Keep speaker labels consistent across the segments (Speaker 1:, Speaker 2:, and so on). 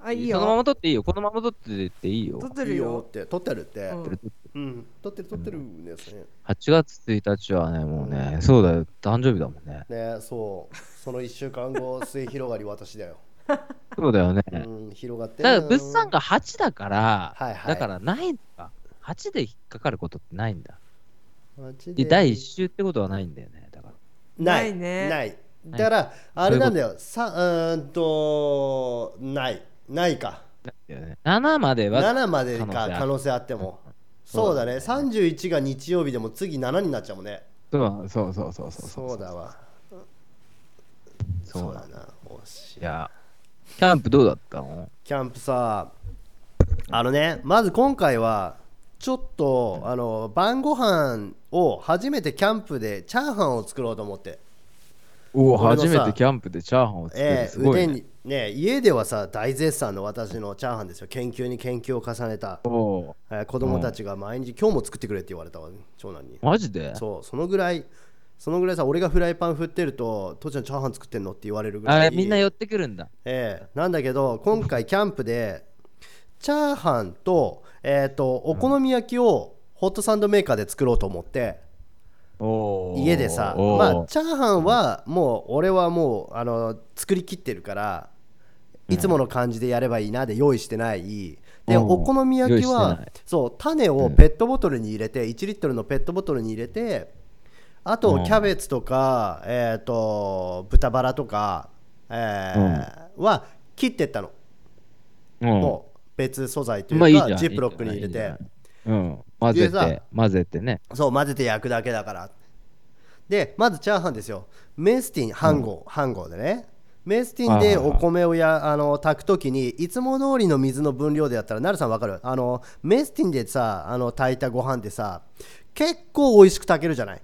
Speaker 1: あ、いい
Speaker 2: そのま
Speaker 1: よ。
Speaker 2: ま撮っていいよ。このまま撮ってっていいよ
Speaker 1: 撮。って
Speaker 3: い
Speaker 1: る
Speaker 3: いよ
Speaker 1: よ。
Speaker 3: って、撮ってるって
Speaker 1: う。ん
Speaker 3: うん。撮ってる撮ってるんですね。
Speaker 2: 8月1日はね、もうね、そうだよ。誕生日だもんね。
Speaker 3: ねそう。その1週間後、末広がり私だよ。
Speaker 2: そうだよね。
Speaker 3: うん、広がってる。
Speaker 2: だから物産が8だから、
Speaker 3: はいはい
Speaker 2: だからないんだ。8で引っかかることってないんだ。
Speaker 3: マジ
Speaker 2: で
Speaker 3: で、
Speaker 2: 第1週ってことはないんだよね。だから。
Speaker 3: な
Speaker 1: ない
Speaker 3: い
Speaker 1: ね
Speaker 3: ない。だから、あれなんだよ。さ、うーんと、ない。ないか。
Speaker 2: だよね7までは、
Speaker 3: 7までか
Speaker 2: 可能性ある
Speaker 3: 可能性あってもそ
Speaker 2: そうう
Speaker 3: だ
Speaker 2: だ
Speaker 3: ね
Speaker 2: ね
Speaker 3: 31が日曜日でも次7になっちゃうもんね
Speaker 2: そうそうそうそうそう
Speaker 3: そうだわ
Speaker 2: そう
Speaker 3: そう
Speaker 2: な
Speaker 3: だ
Speaker 2: んだ
Speaker 3: な惜しい
Speaker 2: いや、キャンプどうだったの
Speaker 3: キャンプさあのねまず今回はちょっとあの晩ご飯を初めてキャンプでチャーハンを作ろうと思って
Speaker 2: おお、
Speaker 3: 俺のさ
Speaker 2: 初めてキャンプでチャーハンを作る。
Speaker 3: ええ
Speaker 2: すごい、
Speaker 3: 腕
Speaker 2: ね。
Speaker 3: にね家ではさ大絶賛の私のチャーハンですよ研究に研究を重ねた、
Speaker 2: お
Speaker 3: えー子供たちが毎日今日も作ってくれって言われたわ長男に
Speaker 2: マジで
Speaker 3: そうそのぐらいそのぐらいさ俺がフライパン振ってると父ちゃんチャーハン作ってんのって言われるぐら
Speaker 2: あ
Speaker 3: い
Speaker 2: みんな寄ってくるんだ。
Speaker 3: ええなんだけど今回キャンプでチャーハンと,、えー、とお好み焼きをホットサンドメーカーで作ろうと思って、
Speaker 2: おー
Speaker 3: 家でさ
Speaker 2: おー
Speaker 3: まあチャーハンはもう俺はもうあの作りきってるからいつもの感じでやればいいなで用意してないで
Speaker 2: おー
Speaker 3: お好み焼き
Speaker 2: 用意し
Speaker 3: は
Speaker 2: てない
Speaker 3: そう種をペットボトルに入れて1リットルのペットボトルに入れてあ
Speaker 2: う
Speaker 3: と
Speaker 2: ん
Speaker 3: キャベツとかえっと豚バラとかえーは切ってったの
Speaker 2: うん
Speaker 3: もう別素材という
Speaker 2: まあいいじゃん。
Speaker 3: かジップロックに入れ
Speaker 2: いいじゃ
Speaker 3: て
Speaker 2: ん。うん。混ぜ
Speaker 3: でさ
Speaker 2: て、混ぜてね。
Speaker 3: そう混ぜて焼くだけだからでまずチャーハンですよメスティン半合、半合でねメスティンで
Speaker 2: はいはい
Speaker 3: お
Speaker 2: はい
Speaker 3: 米をやあの炊く時にいつも通りの水の分量でやったらなるさんわかるあのメスティンでさあの炊いたご飯ってさ結構美味しく炊けるじゃない、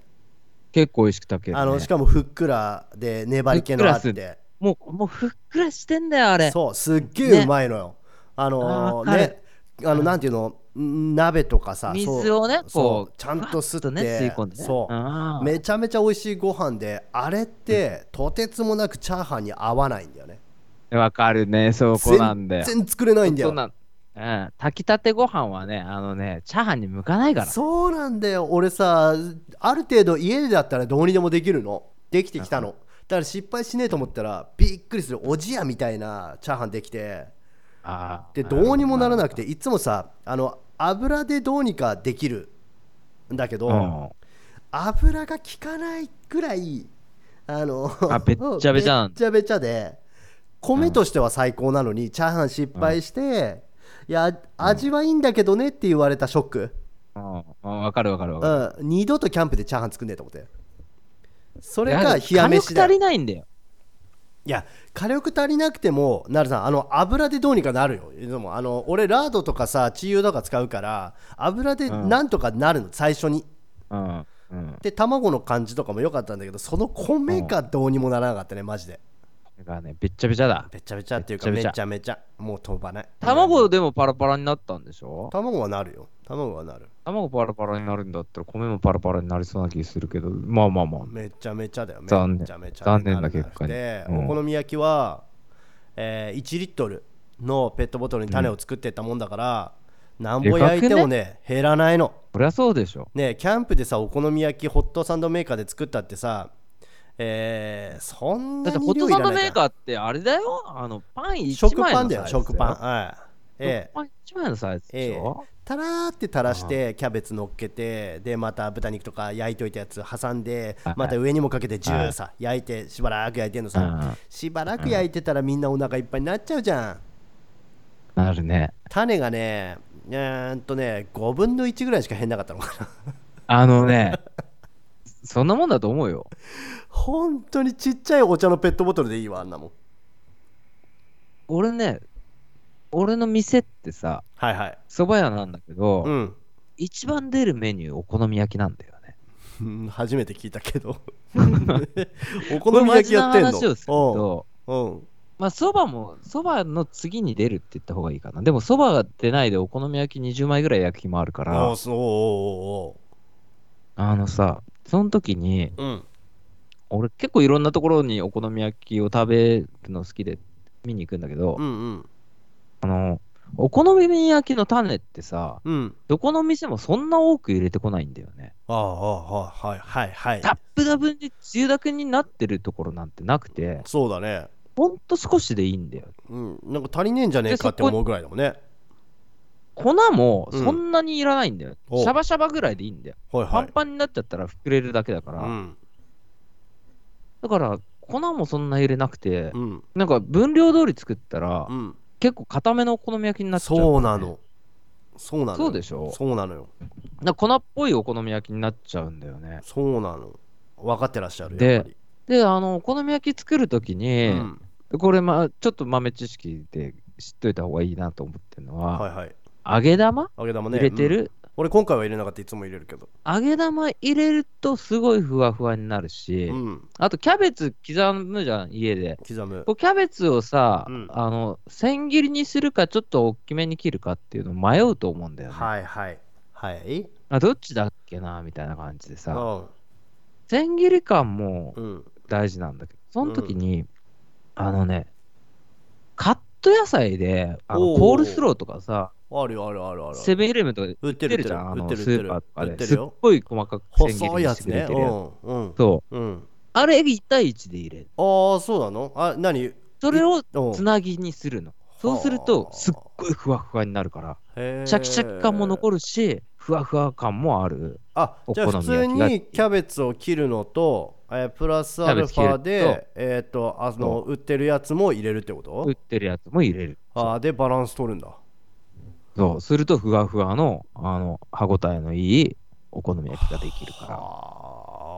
Speaker 2: 結構美味しく炊ける、ね。
Speaker 3: あのしかもふっくらで粘り気のあっ
Speaker 2: ふっく
Speaker 3: て
Speaker 2: もう、もうふっくらしてんだよ、あれ。
Speaker 3: そうすっげえうまいのよ、あの
Speaker 2: あーわかる
Speaker 3: ねあのなんていうの鍋とかさそう
Speaker 2: 水をね、
Speaker 3: そ
Speaker 2: こ
Speaker 3: う
Speaker 2: う、
Speaker 3: ちゃんと吸って
Speaker 2: ふわね、吸い込んでね。
Speaker 3: そう
Speaker 2: あー
Speaker 3: めちゃめちゃ美味しいご飯であれってとてつもなくチャーハンに合わないんだよね
Speaker 2: わかるね、そうこうなんだよ。
Speaker 3: 全然作れないんだ
Speaker 2: そう
Speaker 3: よ
Speaker 2: なんうん、炊きたてご飯はね、あのね、チャーハンに向かないから。
Speaker 3: そうなんだよ俺さある程度家だったらどうにでもできるのできてきたのだから失敗しねえと思ったらびっくりするおじやみたいなチャーハンできて
Speaker 2: あー
Speaker 3: でどうにもならなくていつもさあの油でどうにかできるんだけど、
Speaker 2: うん
Speaker 3: 油が効かないくらいあの
Speaker 2: あべっちゃべちゃな
Speaker 3: べっ
Speaker 2: んだ
Speaker 3: ちゃべちゃで米としては最高なのに、チャーハン失敗して、いや味はいいんだけどねって言われたショック、
Speaker 2: うんうんわかるわかるわ
Speaker 3: う
Speaker 2: かる。
Speaker 3: ん二度とキャンプでチャーハン作んねえと思ってそ
Speaker 2: こ
Speaker 3: れが冷や飯だ
Speaker 2: 足り
Speaker 3: い
Speaker 2: ないんだよ。
Speaker 3: や火力足りなくてもなるさんあの油でどうにかなるよでもあの俺ラードとかさチー油とか使うから油で
Speaker 2: うん
Speaker 3: なんとかなるの、最初に
Speaker 2: うん。うん。
Speaker 3: で卵の感じとかも良かったんだけどその米がどうにもならなかったねマジで
Speaker 2: だからね、べっちゃべち ゃだ。
Speaker 3: べちゃべちゃっていうかめ
Speaker 2: べ
Speaker 3: ち
Speaker 2: ちゃ
Speaker 3: ゃ
Speaker 2: べ
Speaker 3: め
Speaker 2: ち
Speaker 3: ちゃもう飛ばない
Speaker 2: 卵でもパラパラになったんでしょ
Speaker 3: 卵はなるよ卵はなる
Speaker 2: 卵パラパラになるんだったら米もパラパラになりそうな気するけど、まあまあまあ。
Speaker 3: めちゃめちゃだよ
Speaker 2: 残念
Speaker 3: めちゃめちゃ
Speaker 2: 残念な結果に
Speaker 3: で、
Speaker 2: うん
Speaker 3: お好み焼きは、えー1リットルのペットボトルに種を作ってったもんだから、なん、何本焼いてもね減らないの
Speaker 2: そりゃそうでしょ。
Speaker 3: ねキャンプでさお好み焼きホットサンドメーカーで作ったってさえー、そん
Speaker 2: だっ
Speaker 3: な
Speaker 2: て
Speaker 3: に
Speaker 2: ホット
Speaker 3: 量い
Speaker 2: サ
Speaker 3: らな
Speaker 2: ンド
Speaker 3: い
Speaker 2: メー
Speaker 3: から
Speaker 2: カーってあれだよあのパン一
Speaker 3: 食
Speaker 2: 枚のサイズ
Speaker 3: パンだよ食パンはいええ
Speaker 2: 食パン一枚のサイズでしょ、
Speaker 3: たらーって垂らしてキャベツ乗っけてでまた豚肉とか焼いといたやつ挟んで
Speaker 2: はい
Speaker 3: また上にもかけてジューさ焼いてしばらく焼いてんの
Speaker 2: う
Speaker 3: さ
Speaker 2: ん
Speaker 3: しばらく焼いてたらみんなお腹いっぱいになっちゃうじゃん
Speaker 2: なるね。
Speaker 3: 種がねうーんとね5分の1ぐらいしか減んなかったのかな
Speaker 2: あのね、 そんなもんだと思うよ。
Speaker 3: 本当にちっちゃいお茶のペットボトルでいいわあんなもん
Speaker 2: 俺ね、俺の店ってさ、
Speaker 3: はいはい
Speaker 2: 蕎麦屋なんだけど、
Speaker 3: うん
Speaker 2: 一番出るメニューお好み焼きなんだよね。
Speaker 3: うん初めて聞いた けどお好み焼きやってん
Speaker 2: これマジな話をする
Speaker 3: の
Speaker 2: と、
Speaker 3: うんうん
Speaker 2: まあ蕎麦も、蕎麦の次に出るって言った方がいいかな。でも蕎麦が出ないでお好み焼き20枚ぐらい焼く日もあるか
Speaker 3: あ
Speaker 2: ら
Speaker 3: あ、そうお
Speaker 2: あのさ、その時に、
Speaker 3: うおうおううん
Speaker 2: 俺結構いろんなところにお好み焼きを食べるの好きで見に行くんだけど、
Speaker 3: うんうん
Speaker 2: あの、お好み焼きの種ってさ、
Speaker 3: うん
Speaker 2: どこの店もそんな多く入れてこないんだよね。
Speaker 3: ああああはいはいはい
Speaker 2: ダップダブにつゆだくになってるところなんてなくて、
Speaker 3: そうだね
Speaker 2: ほんと少しでいいんだよ。
Speaker 3: うんなんか足りねえんじゃねえかって思うぐらいだもんね
Speaker 2: 粉もそんなにいらないんだよ。
Speaker 3: うんお
Speaker 2: シャバシャバぐらいでいいんだよ。
Speaker 3: はい
Speaker 2: パ
Speaker 3: は
Speaker 2: ン
Speaker 3: い
Speaker 2: パンになっちゃったら膨れるだけだから。
Speaker 3: うん
Speaker 2: だから、粉もそんな入れなくて、
Speaker 3: うん
Speaker 2: なんか分量通り作ったら、
Speaker 3: うん
Speaker 2: 結構固めのお好み焼きになっちゃう、
Speaker 3: そうな。のそうなのよ
Speaker 2: そうでしょ
Speaker 3: そうなのよ
Speaker 2: なんか粉っぽいお好み焼きになっちゃうんだよね。
Speaker 3: そうなの分かってらっしゃる
Speaker 2: で
Speaker 3: やっぱり
Speaker 2: で、あの、お好み焼き作るときに、
Speaker 3: うん
Speaker 2: これ、まあ、ちょっと豆知識で知っといた方がいいなと思ってるのは、
Speaker 3: はいはい
Speaker 2: 揚げ玉
Speaker 3: 揚げ玉ね
Speaker 2: 入れて
Speaker 3: うん
Speaker 2: る、
Speaker 3: 俺今回は入れなかったいつも入れるけど
Speaker 2: 揚げ玉入れるとすごいふわふわになるし、
Speaker 3: うん
Speaker 2: あとキャベツ刻むじゃん、家で。
Speaker 3: 刻む
Speaker 2: こうキャベツをさ、
Speaker 3: うん
Speaker 2: あの千切りにするかちょっと大きめに切るかっていうの迷うと思うんだよね。
Speaker 3: はいはいはい
Speaker 2: あどっちだっけなみたいな感じで
Speaker 3: う
Speaker 2: さ、
Speaker 3: ん
Speaker 2: 千切り感も
Speaker 3: うん
Speaker 2: 大事なんだけど、その時に、あのね、カット野菜であの
Speaker 3: おー
Speaker 2: コールスローとかさ、
Speaker 3: あるよあるあるある
Speaker 2: セブンイレブンとかで
Speaker 3: 売って
Speaker 2: 売
Speaker 3: る売って
Speaker 2: ってる
Speaker 3: る
Speaker 2: じゃん、あ
Speaker 3: 売っ
Speaker 2: の
Speaker 3: て
Speaker 2: ス
Speaker 3: る
Speaker 2: ーパーとか
Speaker 3: 売って
Speaker 2: で。
Speaker 3: る
Speaker 2: すっ
Speaker 3: よ
Speaker 2: ごい細かく千切
Speaker 3: 細い
Speaker 2: り
Speaker 3: や
Speaker 2: にし
Speaker 3: つ
Speaker 2: てくれ
Speaker 3: ね
Speaker 2: てるやつ。
Speaker 3: うんうん
Speaker 2: そう。
Speaker 3: うん
Speaker 2: あれ、1対1で入れる。
Speaker 3: ああそうなのあ何
Speaker 2: それを
Speaker 3: うん
Speaker 2: つなぎにするの。そうする
Speaker 3: は
Speaker 2: と
Speaker 3: あ、
Speaker 2: すっごいふわふわになるから、
Speaker 3: へー
Speaker 2: シャキシャキ感も残るし、ふわふわ感もある。
Speaker 3: あじゃあ
Speaker 2: お
Speaker 3: 普
Speaker 2: 好み
Speaker 3: 通
Speaker 2: 焼きが
Speaker 3: にキャベツを切るのと、えープラスアルファ
Speaker 2: キャベツ切る
Speaker 3: で、えっとあの売ってるやつも入れるってこ
Speaker 2: 売っ
Speaker 3: と
Speaker 2: てるやつも入れる。
Speaker 3: あーでバランス取るんだ
Speaker 2: そう、するとふわふわの、あの、歯ごたえのいいお好み焼きができる
Speaker 3: あ
Speaker 2: か。
Speaker 3: ー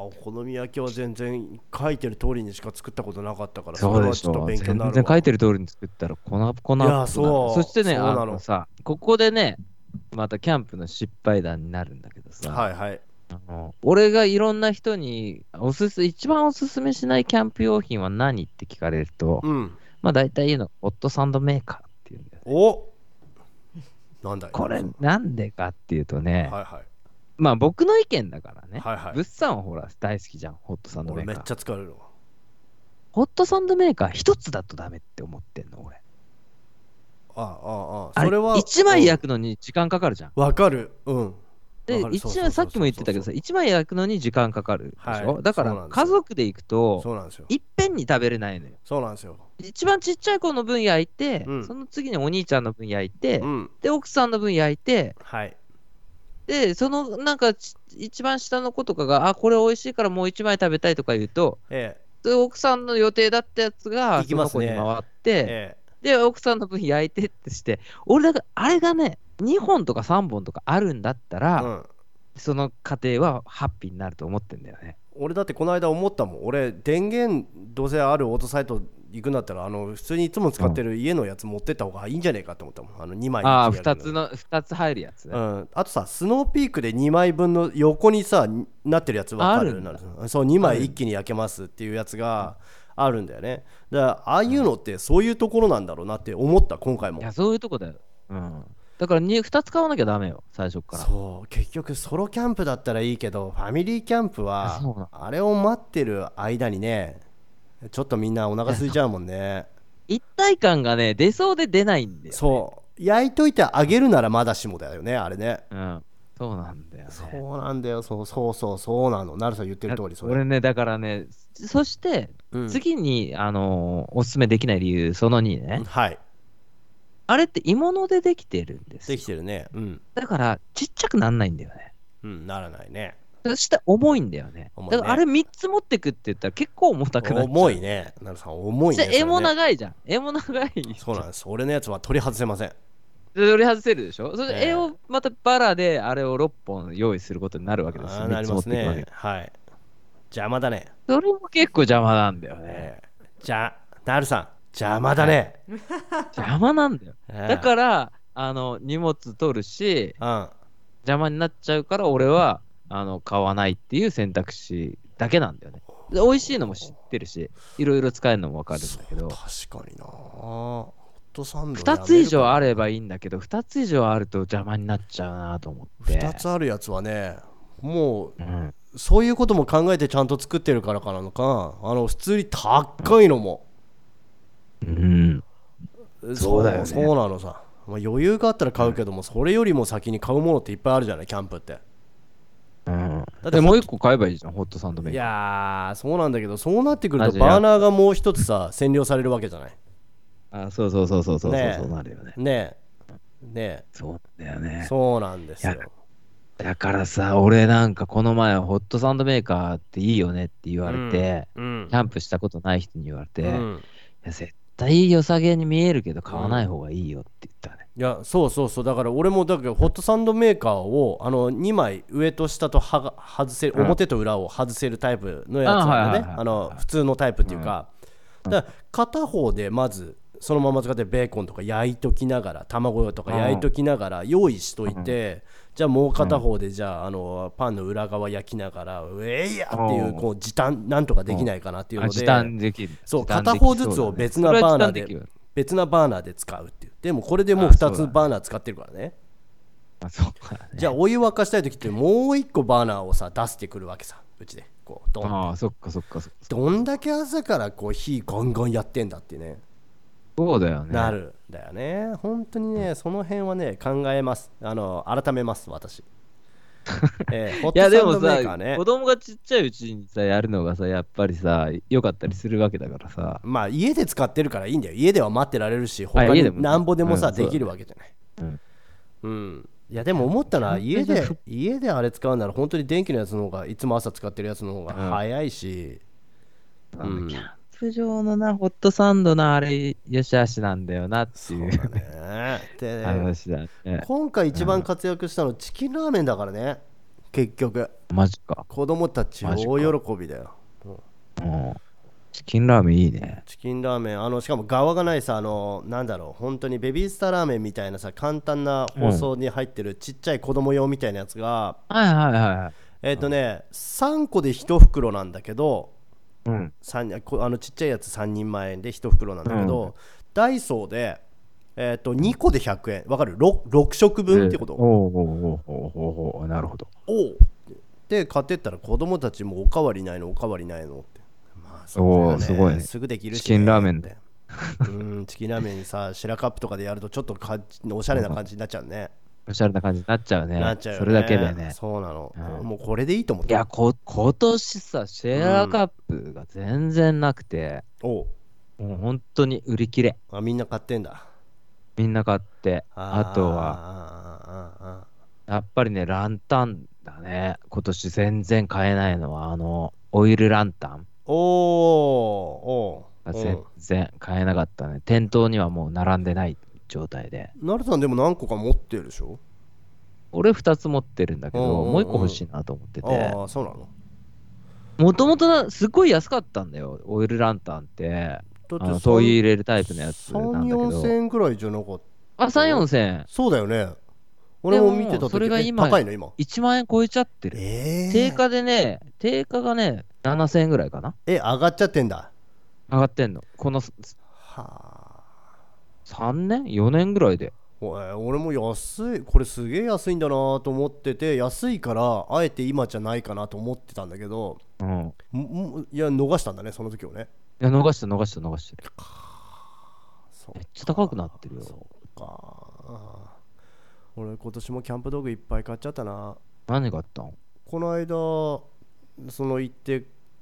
Speaker 3: お好み焼きは全然書いてる通りにしか作ったことなかったからら
Speaker 2: そう
Speaker 3: れ
Speaker 2: で
Speaker 3: は
Speaker 2: し
Speaker 3: ちょっと
Speaker 2: ょ。
Speaker 3: 勉強になる
Speaker 2: 全
Speaker 3: わ
Speaker 2: 然書いてる通りに作ったら粉、粉っぽくなる
Speaker 3: いやそう
Speaker 2: そしてね、
Speaker 3: そうな
Speaker 2: あ
Speaker 3: の
Speaker 2: のさ、ここでね、またキャンプの失敗談になるんだけどさ、
Speaker 3: はいはい
Speaker 2: あの俺がいろんな人におすす一番おすすめしないキャンプ用品は何って聞かれると、
Speaker 3: うん
Speaker 2: まあ大体言うのホットサンドメーカーっていうんだよね
Speaker 3: おなんだい
Speaker 2: これなんでかっていうとね、
Speaker 3: はいは
Speaker 2: まあ僕の意見だから
Speaker 3: い
Speaker 2: ね、
Speaker 3: はいはい
Speaker 2: 物産はほら大好きじゃんホットサンドメ
Speaker 3: 俺め
Speaker 2: ー
Speaker 3: っ
Speaker 2: カ
Speaker 3: ち
Speaker 2: ー
Speaker 3: ゃ使えるわ
Speaker 2: ホットサンドメーカー一つだとダメって思ってんの俺
Speaker 3: あああ
Speaker 2: あ
Speaker 3: あそれは
Speaker 2: 1枚
Speaker 3: や
Speaker 2: 焼くのに時間かかるじゃん
Speaker 3: わかるうん
Speaker 2: で
Speaker 3: わかるそう
Speaker 2: 一
Speaker 3: そう
Speaker 2: 枚さっきも言ってたけどさ
Speaker 3: そう
Speaker 2: 1枚焼くのに時間かかるでしょ、
Speaker 3: はい
Speaker 2: だか
Speaker 3: そうなん
Speaker 2: ら
Speaker 3: ですよ
Speaker 2: 家族で行く
Speaker 3: そうそ
Speaker 2: と
Speaker 3: うなんですよ
Speaker 2: いっぺんに食べれないのよ
Speaker 3: そうなんですよ
Speaker 2: 一番ちっちゃい子の分焼いて、
Speaker 3: うん
Speaker 2: その次にお兄ちゃんの分焼いて、
Speaker 3: うん
Speaker 2: で奥さんの分焼いて
Speaker 3: はい
Speaker 2: でそのなんかち一番下の子とかがあこれ美味しいからもう一枚食べたいとか言うと
Speaker 3: ええ
Speaker 2: で奥さんの予定だったやつが
Speaker 3: 行き
Speaker 2: そ
Speaker 3: ま
Speaker 2: の
Speaker 3: す
Speaker 2: 子
Speaker 3: ね
Speaker 2: に回って、
Speaker 3: ええ
Speaker 2: で奥さんの分焼いてってして俺だからあれがね2本とか3本とかあるんだったら、
Speaker 3: うん、
Speaker 2: その家庭はハッピーになると思ってんだよね
Speaker 3: 俺だってこの間思ったもん俺電源どうせあるオートサイト行くんだったらあの普通にいつも使ってる家のやつ持ってった方がいいんじゃねえかと思ったもんあの2枚
Speaker 2: ああ
Speaker 3: 一気にや
Speaker 2: 2
Speaker 3: る
Speaker 2: つの二つ入るやつ、ね
Speaker 3: うん、あとさスノーピークで2枚分の横にさになってるやつわか
Speaker 2: ある
Speaker 3: る
Speaker 2: んだ
Speaker 3: なそう2枚一気に焼けますっていうやつがあるんだよねだからああいうのってそういうところなんだろうなって思った今回も
Speaker 2: いやそういうとこだよ、うん、だから 2, 二つ買わなきゃダメよ最初から
Speaker 3: そう結局ソロキャンプだったらいいけどファミリーキャンプ
Speaker 2: あそうな
Speaker 3: は
Speaker 2: の
Speaker 3: あれを待ってる間にねちょっとみんなお腹空いちゃうもんね
Speaker 2: 一体感がね出そうで出ないんだよ、
Speaker 3: そう焼いといてあげるならまだしもだよねあれね
Speaker 2: うん、そうなんだよね
Speaker 3: そうなんだよそうそうそうそうなのなるさん言ってる通りそれ
Speaker 2: 俺ねだからねそして、
Speaker 3: うん
Speaker 2: 次にあのーおすすめできない理由その2ね、
Speaker 3: はい
Speaker 2: あれって鋳物でできてるんです
Speaker 3: で
Speaker 2: よ
Speaker 3: きてるねうん
Speaker 2: だからちっちゃくなんないんだよね
Speaker 3: うんならないね
Speaker 2: そして重いんだよね
Speaker 3: 重いね
Speaker 2: だからあれ3つ持ってくって言ったら結構重たくなっちゃう
Speaker 3: 重いねなるさん重いね
Speaker 2: そして絵も
Speaker 3: それね
Speaker 2: 長いじゃん絵も長い
Speaker 3: そうなんです俺のやつは取り外せません
Speaker 2: 取り外せるでしょそれ
Speaker 3: ええ
Speaker 2: で絵をまたバラであれを6本用意することになるわけです
Speaker 3: あ
Speaker 2: よ
Speaker 3: あな
Speaker 2: 3
Speaker 3: り
Speaker 2: つ持
Speaker 3: ま
Speaker 2: っ
Speaker 3: す
Speaker 2: てくわけ
Speaker 3: ねはい邪魔だね
Speaker 2: それも結構邪魔なんだよね
Speaker 3: ええじゃなるさん邪魔だね
Speaker 2: 邪魔なんだよだ
Speaker 3: だ
Speaker 2: から、あの、荷物取るし、
Speaker 3: ら、
Speaker 2: 邪魔になっちゃうから、俺は、あの、買わないっていう選択肢だけなんだよね。で、美味しいのも知ってるし、いろいろ使えるのもわかるんだけど、
Speaker 3: 確かになホットサンドやめる
Speaker 2: 2
Speaker 3: か
Speaker 2: つ以上あればいいんだけど、2つ以上あると邪魔になっちゃうなと思って。
Speaker 3: 2つあるやつはねも
Speaker 2: うん。
Speaker 3: うそういうことも考えてちゃんと作ってるからなのかあの普通に高いのも、
Speaker 2: うん。そうだよね
Speaker 3: そうなのさ、まあ、余裕があったら買うけども、それよりも先に買うものっていっぱいあるじゃないキャンプって
Speaker 2: うん。
Speaker 3: だって
Speaker 2: でもう一個買えばいいじゃん、ホットサンドメ
Speaker 3: い
Speaker 2: ーカー。
Speaker 3: やーそうなんだけどそうなってくる
Speaker 2: マ
Speaker 3: と
Speaker 2: ジで
Speaker 3: バーナーがもう一つさ占領されるわけじゃない
Speaker 2: あそうそうそうそうそうそう、
Speaker 3: ねえ
Speaker 2: そうなるよね。
Speaker 3: ねえね
Speaker 2: そうだよ
Speaker 3: え
Speaker 2: ね。
Speaker 3: そうなんですよ
Speaker 2: いやだからさ、俺なんかこの前、ホットサンドメーカーっていいよねって言われて、
Speaker 3: うん
Speaker 2: キャンプしたことない人に言われて、
Speaker 3: う
Speaker 2: い
Speaker 3: ん
Speaker 2: や絶対良さげに見えるけど買わない方がいいよって言ったね。
Speaker 3: いやそうそうそうだから俺もだけどホットサンドメーカーをあの2枚上と下とはが外せる
Speaker 2: うん
Speaker 3: 表と裏を外せるタイプのやつなんで
Speaker 2: あはいはいはい
Speaker 3: ね
Speaker 2: はい
Speaker 3: あの普通のタイプっていうかだから片方でまずそのまま使ってベーコンとか焼いときながら卵とか焼いときながら用意しといてじゃあもう片方でじゃああのパンの裏側焼きながらウえいやっていう
Speaker 2: うん
Speaker 3: こう時短なんとかできないかなっていう
Speaker 2: あ
Speaker 3: の
Speaker 2: 時
Speaker 3: で
Speaker 2: 短できる。
Speaker 3: そう
Speaker 2: 時短
Speaker 3: 片
Speaker 2: でき
Speaker 3: 方
Speaker 2: そ
Speaker 3: ず
Speaker 2: う
Speaker 3: つを
Speaker 2: だね
Speaker 3: 別なバーナーで
Speaker 2: それは時短きるよね
Speaker 3: 別なバーナーで使うっていうでもこれでもう
Speaker 2: あそ
Speaker 3: 2
Speaker 2: うだ
Speaker 3: つバーナー使ってるからね
Speaker 2: あそうかね
Speaker 3: じゃあお湯沸かしたい時ってもう一個バーナーをさ出してくるわけさうちでこうどん
Speaker 2: ああ、そっかそっかそっか。
Speaker 3: どんだけ朝からこう火ガンガンやってんだってね
Speaker 2: そうだよね。
Speaker 3: なるんだよね本当にねその辺はね考えますあの改めます 私ええホッ
Speaker 2: いや
Speaker 3: ト
Speaker 2: で
Speaker 3: サン
Speaker 2: も
Speaker 3: ドメーカー
Speaker 2: さ、
Speaker 3: ね
Speaker 2: 子供がちっちゃいうちにさ、やるのがさ、やっぱりさ、良かったりするわけだからさ。
Speaker 3: まあ家で使ってるからいいんだよ家では待ってられるし他
Speaker 2: 家
Speaker 3: に
Speaker 2: でも
Speaker 3: なんぼでもさ
Speaker 2: うんそう
Speaker 3: で
Speaker 2: だね
Speaker 3: きるわけじゃない
Speaker 2: うん
Speaker 3: うんいやでも思ったな家で家であれ使うなら本当に電気のやつの方がいつも朝使ってるやつの方が早いし、うん
Speaker 2: キャンプ場のな、ホットサンドな、あれ、よしあしなんだよなって
Speaker 3: そう
Speaker 2: い
Speaker 3: だ
Speaker 2: う
Speaker 3: ねで
Speaker 2: 話だね。
Speaker 3: 今回一番活躍したのチキンラーメンだからね結局
Speaker 2: マジか。
Speaker 3: 子供たち
Speaker 2: マジか
Speaker 3: 大喜びだよ
Speaker 2: うんチキンラーメンいいね。
Speaker 3: チキンラーメンあのしかも側がないさあのなんだろう本当にベビースターラーメンみたいなさ簡単な包装に入ってるちっちゃい子供用みたいなやつが、
Speaker 2: はいはいはいはい。
Speaker 3: えっ、とね3個で1袋なんだけど
Speaker 2: うん。
Speaker 3: 三こあのちっちゃいやつ3人前で1袋なんだけど、
Speaker 2: うん
Speaker 3: ダイソーで、えっと2個で100円わかる 6, 6食分ってこと、
Speaker 2: えーおうおうおうおうおうおうなるほど。
Speaker 3: おうで買ってったら子供たちもおかわりないのおかわりないのってまあ
Speaker 2: おー
Speaker 3: そうだよ
Speaker 2: すごいね
Speaker 3: すぐできるしね
Speaker 2: チキンラーメンで
Speaker 3: うんチキンラーメンにさ白カップとかでやるとちょっとかおしゃれな感じになっちゃうね、
Speaker 2: おしゃれな感じになっちゃうね。
Speaker 3: なっちゃうよ
Speaker 2: それだけでね。
Speaker 3: そうなの、
Speaker 2: うん
Speaker 3: もうこれでいいと思っ
Speaker 2: い
Speaker 3: た
Speaker 2: やこ、今年さ、シェアカップが全然なくて、
Speaker 3: おう
Speaker 2: もう本当に売り切れ。
Speaker 3: あみんな買ってんだ
Speaker 2: みんな買って。あとは、
Speaker 3: は
Speaker 2: やっぱりね、ランタンだね。今年全然買えないのは、あの、オイルランタン
Speaker 3: おお
Speaker 2: が
Speaker 3: ー
Speaker 2: 全
Speaker 3: お
Speaker 2: 然買えなかったね。店頭にはもう並んでない状態で。
Speaker 3: なるさんでも何個か持ってるでしょ
Speaker 2: 俺2つ持ってるんだけど、
Speaker 3: うんうんうん
Speaker 2: もう1個欲しいなと思ってて。
Speaker 3: ああそうなの
Speaker 2: もともとすごい安かったんだよ、オイルランタンって。
Speaker 3: だ
Speaker 2: あの灯油入れるタイプのやつなんだけ
Speaker 3: 34000
Speaker 2: ど。
Speaker 3: 円ぐらいじゃなかった
Speaker 2: あ、3、4000円。
Speaker 3: そうだよね。俺も見てた時
Speaker 2: それが今
Speaker 3: え高いの今。
Speaker 2: 1万円超えちゃってる。
Speaker 3: えー
Speaker 2: 定価でね、定価がね、7000円ぐらいかな。
Speaker 3: え、上がっちゃってんだ。
Speaker 2: 上がってんの。この
Speaker 3: はあ。
Speaker 2: 3年 ?4 年ぐらいで。
Speaker 3: おい俺も安いこれすげえ安いんだなと思ってて安いからあえて今じゃないかなと思ってたんだけど
Speaker 2: うん。い
Speaker 3: んんいや逃したんだねその時をね
Speaker 2: や、逃した、逃した、逃した。
Speaker 3: そ
Speaker 2: めっちゃ高くなってるよ。
Speaker 3: うか俺今年もキャンプ道具いっぱい買っちゃったな
Speaker 2: 何があったの
Speaker 3: この間その行って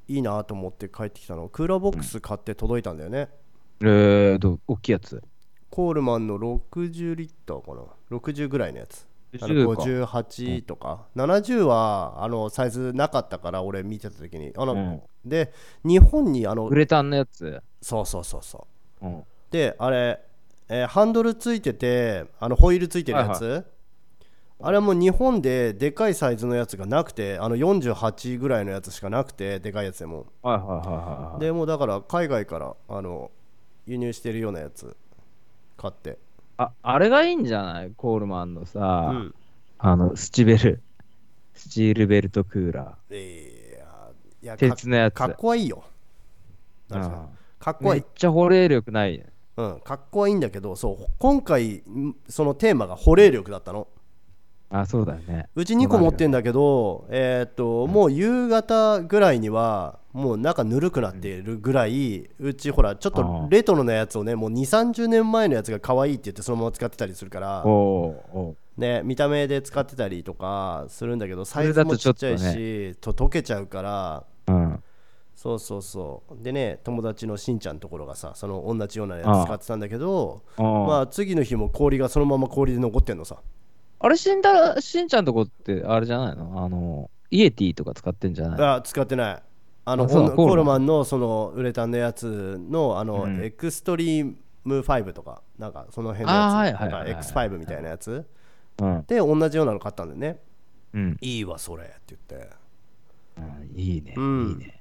Speaker 3: いいなと思って帰ってきたのクーラーボックス買って届いたんだよね、
Speaker 2: えー、どう大きいやつ。
Speaker 3: コールマンの60リッターかな60ぐらいのやつあの
Speaker 2: 50か
Speaker 3: 58とか、70はあのサイズなかったから俺見てた時にあの、
Speaker 2: うん
Speaker 3: で日本にあの
Speaker 2: ウレタンのやつ。
Speaker 3: そうそうそうそう
Speaker 2: うん。
Speaker 3: であれ、えーハンドルついててあのホイールついてるやつ、あれはもう日本ででかいサイズのやつがなくてあの48ぐらいのやつしかなくてでかいやつでも
Speaker 2: はいはいはいはい。
Speaker 3: でもうだから海外からあの輸入してるようなやつ買って
Speaker 2: あ、あれがいいんじゃないコールマンの
Speaker 3: う
Speaker 2: さ、
Speaker 3: ん
Speaker 2: あの、スチベル。スチールベルトクーラ
Speaker 3: いやいやか
Speaker 2: 鉄のやつ
Speaker 3: かっこはいいよ
Speaker 2: ー。
Speaker 3: なんか
Speaker 2: うん
Speaker 3: かっこは
Speaker 2: め
Speaker 3: いい、
Speaker 2: っちゃ保冷力ない。
Speaker 3: うん、かっこはいいんだけどそう今回んそのテーマが保冷力だったの
Speaker 2: あ、そうだよね。
Speaker 3: うち2個持ってんだけどえーっともう夕方ぐらいにはもう中ぬるくなっているぐらいうちほらちょっとレトロなやつをねもう2 3 0年前のやつが可愛いって言ってそのまま使ってたりするから
Speaker 2: おお
Speaker 3: ね見た目で使ってたりとかするんだけどサイ
Speaker 2: そ
Speaker 3: ズ
Speaker 2: れだ
Speaker 3: も
Speaker 2: と
Speaker 3: ち
Speaker 2: ち
Speaker 3: っ
Speaker 2: ょっ
Speaker 3: ち
Speaker 2: と
Speaker 3: ゃい
Speaker 2: ね
Speaker 3: しと溶けちゃうから
Speaker 2: ーうん
Speaker 3: そうそうそうでね友達のしんちゃんのところがさその同じようなや
Speaker 2: あ
Speaker 3: つ
Speaker 2: あ
Speaker 3: 使ってたんだけど
Speaker 2: うん
Speaker 3: まあ次の日も氷がそのまま氷で残ってんのさ
Speaker 2: あれ死んだら、しんちゃんとこってあれじゃないのあの、イエティとか使ってんじゃない
Speaker 3: あ使ってないあの
Speaker 2: あそう
Speaker 3: ほん
Speaker 2: コール
Speaker 3: コー
Speaker 2: マン
Speaker 3: ルマンのそのウレタンのやつのあの、
Speaker 2: うん
Speaker 3: エクストリーム5とかなんかその辺の
Speaker 2: あーはい
Speaker 3: やつ
Speaker 2: はいはいはい
Speaker 3: なんか X5 みたいなやつ
Speaker 2: うん。
Speaker 3: で同じようなの買ったんだよね
Speaker 2: うん。
Speaker 3: いいわそれって言って
Speaker 2: いいね。
Speaker 3: うん
Speaker 2: いいね。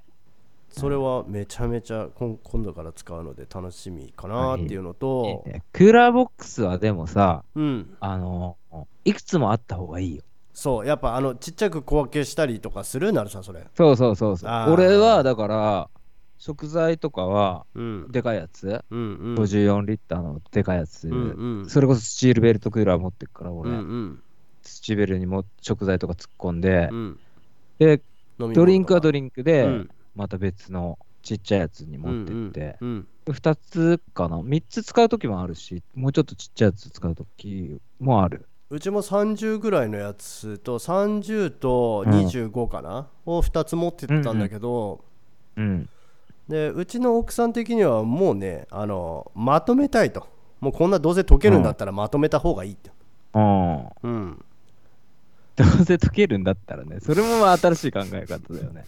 Speaker 3: それはめちゃめちゃ今今度から使うので楽しみかなっていうの
Speaker 2: い
Speaker 3: と
Speaker 2: いねクーラーボックスはでもさ、
Speaker 3: うん
Speaker 2: あの、いくつもあった方がいいよ。
Speaker 3: そうやっぱあのちっちゃく小分けしたりとかするなるさんそれ
Speaker 2: そうそうそうそう
Speaker 3: あー。
Speaker 2: 俺はだから、食材とかは、
Speaker 3: うん
Speaker 2: でかいやつ、
Speaker 3: うんうん
Speaker 2: 54リッターのでかいやつ、
Speaker 3: うんうん
Speaker 2: それこそスチールベルトクーラー持ってくから、
Speaker 3: う
Speaker 2: 俺、
Speaker 3: んうん
Speaker 2: スチールベルにも食材とか突っ込んで、
Speaker 3: うん
Speaker 2: で、
Speaker 3: 飲み物とか
Speaker 2: ドリンクはドリンクで、
Speaker 3: うん
Speaker 2: また別のちっちゃいやつに持ってって、
Speaker 3: うんうん
Speaker 2: 2つかな3つ使う時もあるしもうちょっとちっちゃいやつ使う時もある
Speaker 3: うちも30ぐらいのやつと30と25かな、を2つ持ってったんだけど、
Speaker 2: うん
Speaker 3: でうちの奥さん的にはもうねあのまとめたいともうこんなどうせ溶けるんだったらまとめた方がいいって、
Speaker 2: うん
Speaker 3: うん、
Speaker 2: どうせ溶けるんだったらねそれもまあ新しい考え方だよね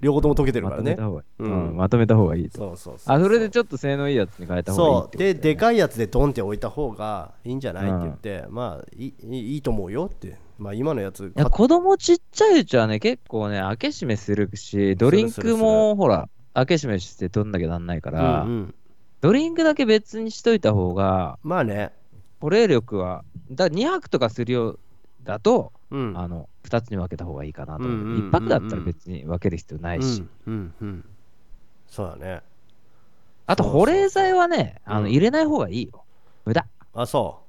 Speaker 3: 両方とも溶けてる
Speaker 2: ま
Speaker 3: から
Speaker 2: とめ
Speaker 3: ね
Speaker 2: た方がいい、
Speaker 3: う
Speaker 2: うんんまとめた方がいいと
Speaker 3: そうそうそう
Speaker 2: あそれでちょっと性能いいやつに変えた方がいい
Speaker 3: そ
Speaker 2: っ
Speaker 3: う
Speaker 2: てことだよ
Speaker 3: で
Speaker 2: ね
Speaker 3: でかいやつでドンって置いた方がいいんじゃないって言って、まあいいいいと思うよって、まあ、今のやつ
Speaker 2: いや子供ちっちゃいうちはね結構ね開け閉めするしドリン
Speaker 3: するする
Speaker 2: クもほら開け閉めして取んなきゃなんないから、
Speaker 3: うんうん、
Speaker 2: ドリンクだけ別にしといた方が
Speaker 3: まあね、
Speaker 2: 保冷力はだ2泊とかするようだと、
Speaker 3: うん、
Speaker 2: あの2つに分けた方がいいかなと思う、
Speaker 3: うんうんうんうん
Speaker 2: 1泊だったら別に分ける必要ないし、
Speaker 3: うんうんうん、そうだね
Speaker 2: あと
Speaker 3: そうそう
Speaker 2: 保冷剤はねあ
Speaker 3: う
Speaker 2: の
Speaker 3: ん
Speaker 2: 入れない方がいいよ無駄
Speaker 3: あそ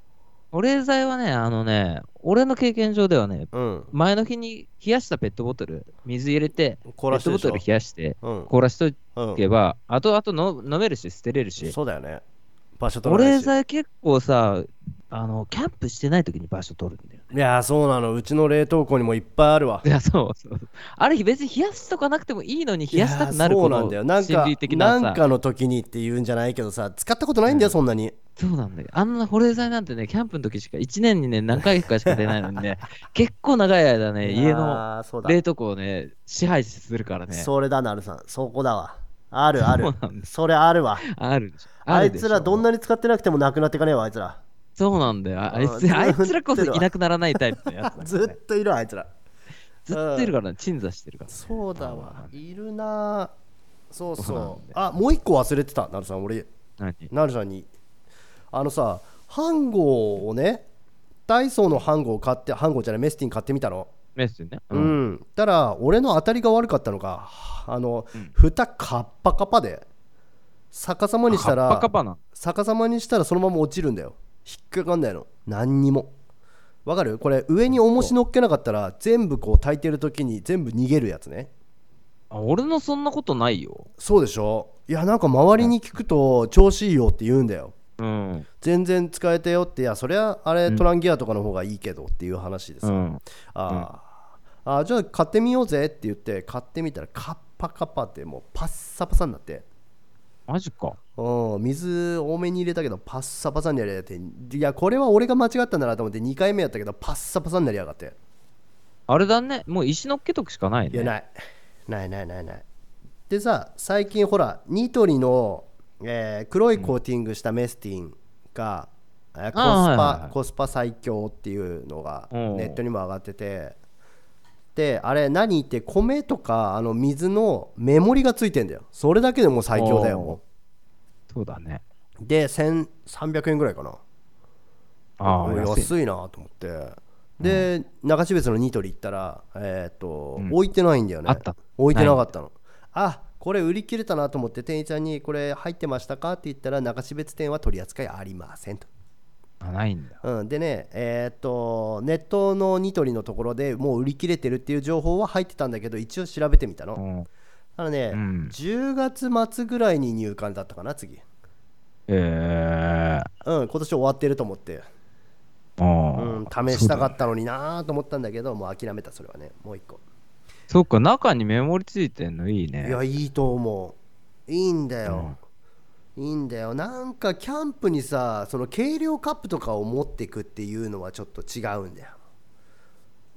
Speaker 2: 保冷剤はねあのね俺の経験上ではね
Speaker 3: ううん
Speaker 2: 前の日に冷やしたペットボトル水入れて
Speaker 3: 凍
Speaker 2: ペ
Speaker 3: ら
Speaker 2: ッ
Speaker 3: してる
Speaker 2: トボ
Speaker 3: でし
Speaker 2: ト
Speaker 3: ょ
Speaker 2: ル冷やして
Speaker 3: うん
Speaker 2: 凍らしと
Speaker 3: うん
Speaker 2: けば、あとあとの飲めるし捨てれるし
Speaker 3: そうだよね場所取
Speaker 2: 保
Speaker 3: らな
Speaker 2: 冷
Speaker 3: いし
Speaker 2: 剤結構さあのキャンプしてない時に場所取るんだよ
Speaker 3: いやーそうなのうちの冷凍庫にもいっぱいあるわ
Speaker 2: いや、そうそう。あれ、別に冷やすとかなくてもいいのに、冷やしたくなる
Speaker 3: いやーそ
Speaker 2: こ
Speaker 3: う
Speaker 2: の
Speaker 3: なんだよなん
Speaker 2: 心
Speaker 3: か
Speaker 2: 理的な
Speaker 3: な
Speaker 2: さ
Speaker 3: んかの時にって言うんじゃないけどさ使ったことないんだよそんなに
Speaker 2: そうなんだよ。あんな保冷剤なんてね、キャンプの時しか、1年にね、何回かしか出ないのにね、 結構長い間ね、家の
Speaker 3: あーそうだ
Speaker 2: 冷凍庫をね、支配するからね。
Speaker 3: それだなるさんそこだわあるある
Speaker 2: そうなんだ
Speaker 3: それあるわ
Speaker 2: あるでしょ。
Speaker 3: あい
Speaker 2: るでし
Speaker 3: つ
Speaker 2: ょ
Speaker 3: らどんなに使ってなくてもなくなっていかねえわあいつら
Speaker 2: そうなんだよ。ああい
Speaker 3: ずっ
Speaker 2: つ
Speaker 3: と
Speaker 2: あいつらこそ
Speaker 3: いるわ
Speaker 2: いなくならないタイプのやつだから ね、
Speaker 3: ずっといるわあいつら
Speaker 2: ずっといるからね、鎮座してるからね、
Speaker 3: そうだわいるなそう
Speaker 2: そうなん
Speaker 3: そう
Speaker 2: だよ
Speaker 3: あもう一個忘れてたなるさん俺
Speaker 2: 何
Speaker 3: なるさんにあのさハンゴをねダイソーのハンゴを買ってハンゴじゃないメスティン買ってみたの
Speaker 2: メッセね。
Speaker 3: う、
Speaker 2: うんん。
Speaker 3: たら俺の当たりが悪かったのかあの、蓋カッパカパで逆さまにした
Speaker 2: カッパ
Speaker 3: ら
Speaker 2: カパな。
Speaker 3: 逆さまにしたらそのまま落ちるんだよ引っかかんないの何にもわかるこれ上に重し乗っけなかったら全部こう炊いてる時に全部逃げるやつね
Speaker 2: あ俺のそんなことないよ。
Speaker 3: そうでしょいやなんか周りに聞くと調子いいよって言うんだよ
Speaker 2: うん。
Speaker 3: 全然使えたよっていやそりゃあれトランギアとかの方がいいけどっていう話です、
Speaker 2: うん。
Speaker 3: あーあーじゃあ買ってみようぜって言って買ってみたらカッパカパってもうパッサパサになって
Speaker 2: マジか。
Speaker 3: うん水多めに入れたけどパッサパサになりやがっていやこれは俺が間違ったんだなと思って2回目やったけどパッサパサになりやがって
Speaker 2: あれだね、もう石のっけとくしかない
Speaker 3: い
Speaker 2: ね。
Speaker 3: やないないないないないでさ最近ほらニトリの、えー黒いコーティングしたメスティンが、えーコス
Speaker 2: あーはいはいは
Speaker 3: パ
Speaker 2: い
Speaker 3: コスパ最強っていうのが
Speaker 2: うん
Speaker 3: ネットにも上がっててであれ何って米とかあの水のメモリがついてんだよそれだけでもう最強だよも
Speaker 2: そうだね。
Speaker 3: うで1300円ぐらいかな
Speaker 2: ああ、
Speaker 3: お
Speaker 2: 安い。
Speaker 3: 安いなと思ってで、中標津のニトリ行ったらえーっと、
Speaker 2: うん
Speaker 3: 置いてないんだよね
Speaker 2: あった
Speaker 3: 置いてなかったのあこれ売り切れたなと思って店員さんに「これ入ってましたか?」って言ったら中標津店は取り扱いありませんと、
Speaker 2: あ、ないんだ。
Speaker 3: うん、でねえーっとネットのニトリのところでもう売り切れてるっていう情報は入ってたんだけど一応調べてみたの、
Speaker 2: うん。
Speaker 3: あのね、
Speaker 2: うん。
Speaker 3: 10月末ぐらいに入館だったかな次
Speaker 2: え
Speaker 3: うん今年終わってると思って、
Speaker 2: ー。あ
Speaker 3: う
Speaker 2: あ。
Speaker 3: ん、試したかったのになーと思ったんだけどもう諦めたそれはねもう一個
Speaker 2: そっか、中にメモリついてんのいいね。
Speaker 3: いやいいと思ういいんだよ、いいんだよなんかキャンプにさその軽量カップとかを持ってくっていうのはちょっと違うんだよ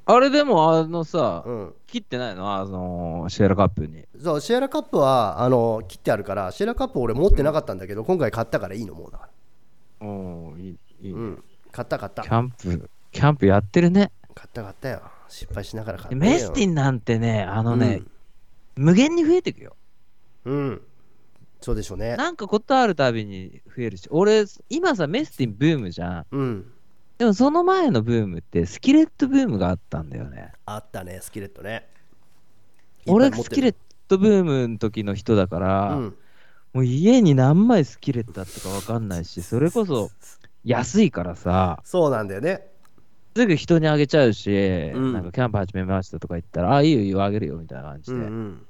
Speaker 2: あれでも、あのさ、
Speaker 3: うん
Speaker 2: 切ってないのあの、シェラカップに。
Speaker 3: そうシェラカップはあの切ってあるからシェラカップ俺持ってなかったんだけど、今回買ったからいいのもうだか
Speaker 2: おいい、いい、
Speaker 3: らうん買った買った
Speaker 2: キ
Speaker 3: 買
Speaker 2: ャンプ、キャンプやってるね。
Speaker 3: った買ったよ失敗しながら買ったよ
Speaker 2: メスティンなんてね、あのね、無限に増えていくよ。
Speaker 3: うん、うんそうでしょうね
Speaker 2: なんかことあるたびに増えるし、俺、今さ、メスティンブームじゃん。
Speaker 3: うん
Speaker 2: でもその前のブームって、スキレットブームがあったんだよね。
Speaker 3: あったねスキレットね
Speaker 2: 俺、スキレ
Speaker 3: ッ
Speaker 2: ットブームの時の人だから、
Speaker 3: うん
Speaker 2: もう家に何枚スキレットあったか分かんないし、それこそ安いからさ、
Speaker 3: そうなんだよね
Speaker 2: すぐ人にあげちゃうし、
Speaker 3: ん
Speaker 2: なんかキャンプ始めましたとか言ったら、あ、いいよ、いいよ、あげるよみたいな感じ
Speaker 3: う
Speaker 2: で。
Speaker 3: んうん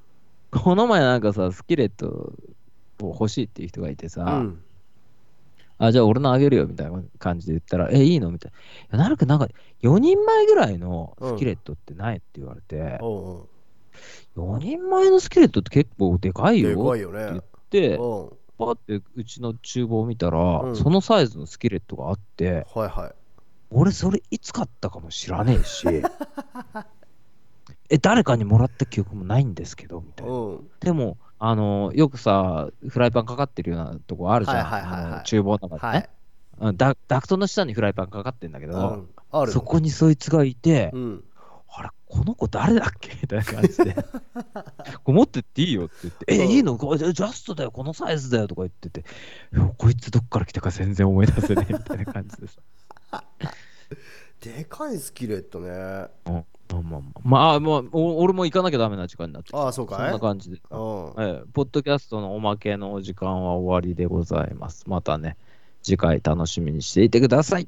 Speaker 2: この前なんかさ、スキレットを欲しいっていう人がいてさ、
Speaker 3: うん
Speaker 2: あ、じゃあ俺のあげるよみたいな感じで言ったら、え、いいのみたいな。いやなるくんなんか4人前ぐらいのスキレットってないって言われて、
Speaker 3: おうおう
Speaker 2: 4人前のスキレットって結構でかい
Speaker 3: で
Speaker 2: よ
Speaker 3: か
Speaker 2: っ
Speaker 3: いよね
Speaker 2: て言って、
Speaker 3: おう
Speaker 2: パッてうちの厨房を見たら、
Speaker 3: ん
Speaker 2: そのサイズのスキレットがあって、
Speaker 3: はいはい
Speaker 2: 俺それいつ買ったかも知らね えし、え、誰かにもらった記憶もないんですけど、みたいな。
Speaker 3: うん
Speaker 2: でも、あのよくさ、フライパンかかってるようなとこあるじゃん、
Speaker 3: はいはいはいはい
Speaker 2: あの厨房の中で
Speaker 3: は
Speaker 2: ね
Speaker 3: い、
Speaker 2: うんダ。ダクトの下にフライパンかかってんだけ
Speaker 3: う
Speaker 2: ど、
Speaker 3: んある
Speaker 2: そこにそいつがいて、
Speaker 3: うん
Speaker 2: あれ、この子誰だっけ みたいな感 じで、これ持ってっていいよって言って、え、
Speaker 3: うん
Speaker 2: いいのこれジャストだよ、このサイズだよとか言ってて、いやこいつどっから来たか全然思い出せねえみたいな感じ でさ。
Speaker 3: でかいスキレットねあ
Speaker 2: まあまあまあ、まあ、まあお俺も行かなきゃダメな時間になってきた
Speaker 3: あそう
Speaker 2: そ
Speaker 3: か
Speaker 2: ん
Speaker 3: い
Speaker 2: な感じで。
Speaker 3: うん
Speaker 2: ええ、ポッドキャストのおまけのお時間は終わりでございます。またね、次回楽しみにしていてください。